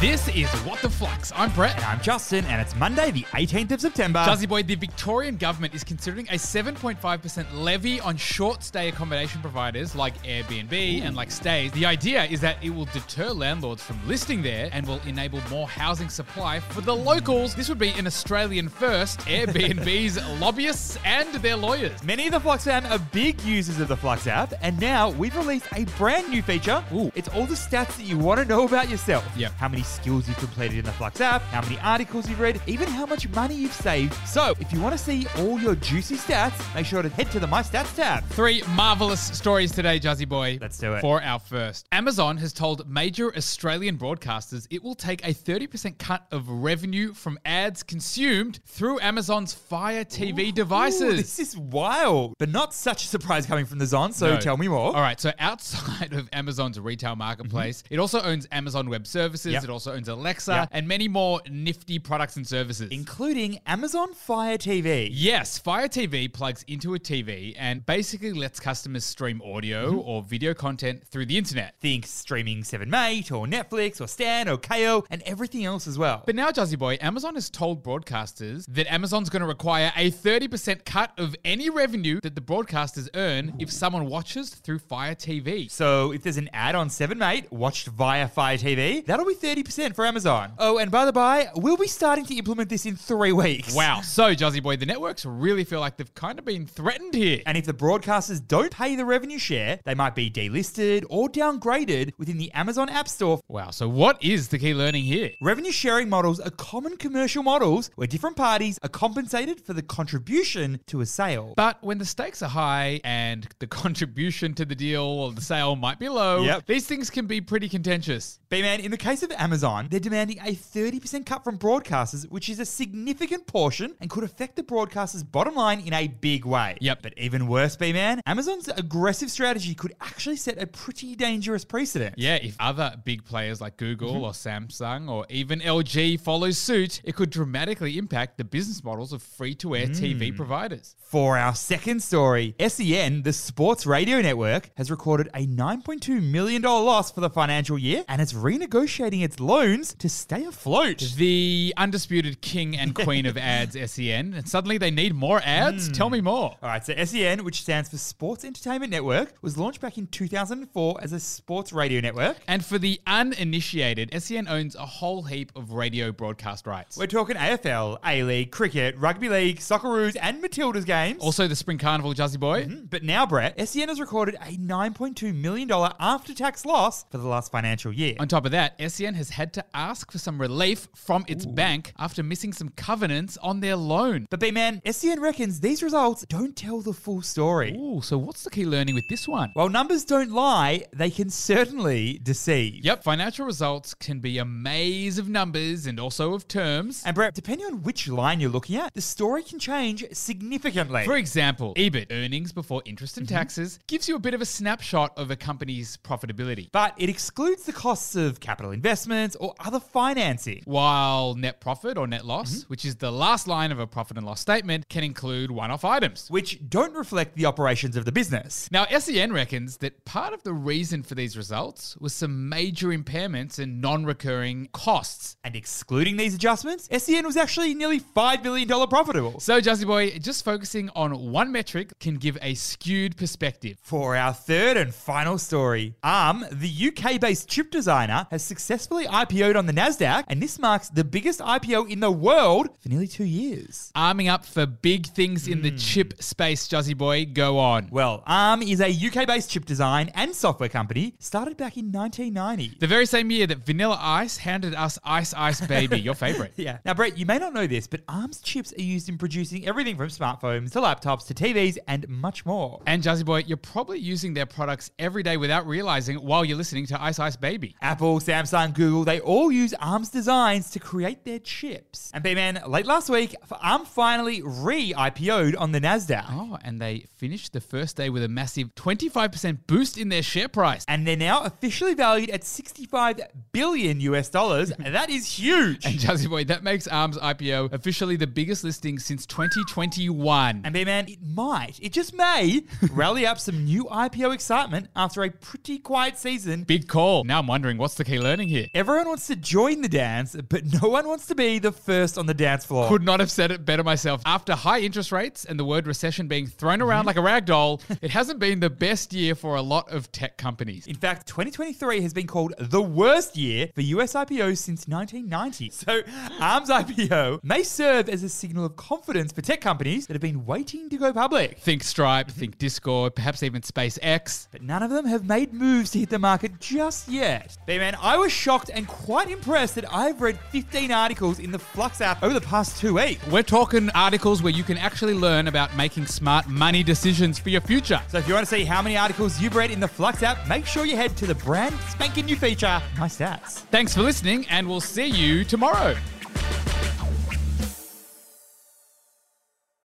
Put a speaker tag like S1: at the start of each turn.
S1: This is What the Flux. I'm Brett.
S2: And I'm Justin, and it's Monday, the 18th of September.
S1: Jazzy Boy, the Victorian government is considering a 7.5% levy on short stay accommodation providers like Airbnb and like stays. The idea is that it will deter landlords from listing there and will enable more housing supply for the locals. This would be an Australian first. Airbnb's lobbyists and their lawyers.
S2: Many of the Flux fam are big users of the Flux app, and now we've released a brand new feature.
S1: Ooh.
S2: It's all the stats that you want to know about yourself.
S1: Yep.
S2: How many skills you've completed in the Flux app, how many articles you've read, even how much money you've saved. So, if you want to see all your juicy stats, make sure to head to the My Stats tab.
S1: Three marvelous stories today, Jazzy Boy.
S2: Let's do it.
S1: For our first. Amazon has told major Australian broadcasters it will take a 30% cut of revenue from ads consumed through Amazon's Fire TV
S2: Ooh,
S1: devices.
S2: this is wild, but not such a surprise coming from the Zon, so
S1: No.
S2: tell me more. Mm-hmm.
S1: All right, so outside of Amazon's retail marketplace, it also owns Amazon Web Services,
S2: Yep.
S1: it also owns Alexa,
S2: Yep.
S1: and many more nifty products and services.
S2: Including Amazon Fire TV.
S1: Yes, Fire TV plugs into a TV and basically lets customers stream audio
S2: Mm-hmm.
S1: or video content through the internet.
S2: Think streaming 7mate or Netflix or Stan or KO and everything else as well.
S1: But now, Jazzy Boy, Amazon has told broadcasters that Amazon's going to require a 30% cut of any revenue that the broadcasters earn if someone watches through Fire TV.
S2: so if there's an ad on 7mate watched via Fire TV, that'll be 30% for Amazon. Oh, and by the by, we'll be starting to implement this in three weeks.
S1: Wow. So, Jazzy Boy, the networks really feel like they've kind of been threatened here.
S2: And if the broadcasters don't pay the revenue share, they might be delisted or downgraded within the Amazon App Store
S1: Wow. So, what is the key learning here?
S2: Revenue sharing models are common commercial models where different parties are compensated for the contribution to a sale.
S1: But when the stakes are high and the contribution to the deal or the sale might be low,
S2: Yep.
S1: these things can be pretty contentious.
S2: B man, in the case of Amazon, they're demanding a 30% cut from broadcasters, which is a significant portion and could affect the broadcaster's bottom line in a big way.
S1: Yep.
S2: But even worse, B man, Amazon's aggressive strategy could actually set a pretty dangerous precedent.
S1: Yeah, if other big players like Google or Samsung or even LG follow suit, it could dramatically impact the business models of free to air TV providers.
S2: For our second story, SEN, the sports radio network, has recorded a $9.2 million loss for the financial year and is renegotiating its loans to stay afloat.
S1: The undisputed king and queen of ads, SEN, and suddenly they need more ads? Tell me more.
S2: All right, so SEN, which stands for Sports Entertainment Network, was launched back in 2004 as a sports radio network.
S1: And for the uninitiated, SEN owns a whole heap of radio broadcast rights.
S2: We're talking AFL, A League, cricket, rugby league, Socceroos, and Matildas games.
S1: Also, the Spring Carnival, Jazzy Boy.
S2: But now, Brett, SEN has recorded a $9.2 million after tax loss for the last financial year.
S1: On top of that, SEN has had to ask for some relief from its bank after missing some covenants on their loan.
S2: But B man, SCN reckons these results don't tell the full story.
S1: Ooh, so what's the key learning with this one?
S2: While numbers don't lie, they can certainly deceive.
S1: Yep, financial results can be a maze of numbers and also of terms.
S2: And Brett, depending on which line you're looking at, the story can change significantly.
S1: For example, EBIT, earnings before interest and taxes, gives you a bit of a snapshot of a company's profitability.
S2: But it excludes the costs of capital investments or other financing.
S1: While net profit or net loss, which is the last line of a profit and loss statement, can include one off items.
S2: Which don't reflect the operations of the business.
S1: Now, SEN reckons that part of the reason for these results was some major impairments and non recurring costs.
S2: And excluding these adjustments, SEN was actually nearly $5 billion profitable.
S1: So, Jazzy Boy, just focusing on one metric can give a skewed perspective.
S2: For our third and final story, ARM, the UK based chip designer, has successfully IPO'd on the NASDAQ, and this marks the biggest IPO in the world for nearly two years.
S1: Arming up for big things in the chip space, Jazzy Boy, go on.
S2: Hmm. Well, ARM is a UK based chip design and software company started back in 1990.
S1: The very same year that Vanilla Ice handed us Ice Ice Baby, your favorite.
S2: Yeah. Now, Brett, you may not know this, but ARM's chips are used in producing everything from smartphones to laptops to TVs and much more.
S1: And Jazzy Boy, you're probably using their products every day without realizing it while you're listening to Ice Ice Baby.
S2: Apple, Samsung, Google, they all use ARM's designs to create their chips. And B-Man, late last week, ARM finally re-IPO'd on the NASDAQ.
S1: Oh, and they finished the first day with a massive 25% boost in their share price.
S2: And they're now officially valued at $65 billion US dollars. that is huge.
S1: And Jazzy Boy, that makes ARM's IPO officially the biggest listing since 2021.
S2: And B man, it might, it just may, rally up some new IPO excitement after a pretty quiet season.
S1: Big call. Now I'm wondering what's the key learning here?
S2: Everyone wants to join the dance, but no one wants to be the first on the dance floor.
S1: Could not have said it better myself. After high interest rates and the word recession being thrown around like a rag doll, it hasn't been the best year for a lot of tech companies.
S2: In fact, 2023 has been called the worst year for US IPOs since 1990. So, ARM's IPO may serve as a signal of confidence for tech companies that have been waiting to go public.
S1: Think Stripe, think Discord, perhaps even SpaceX.
S2: But none of them have made moves to hit the market just yet. But man, I was shocked and quite impressed that I've read 15 articles in the Flux app over the past two weeks.
S1: We're talking articles where you can actually learn about making smart money decisions for your future.
S2: So if you want to see how many articles you've read in the Flux app, make sure you head to the brand spanking new feature, My Stats.
S1: Thanks for listening, and we'll see you tomorrow.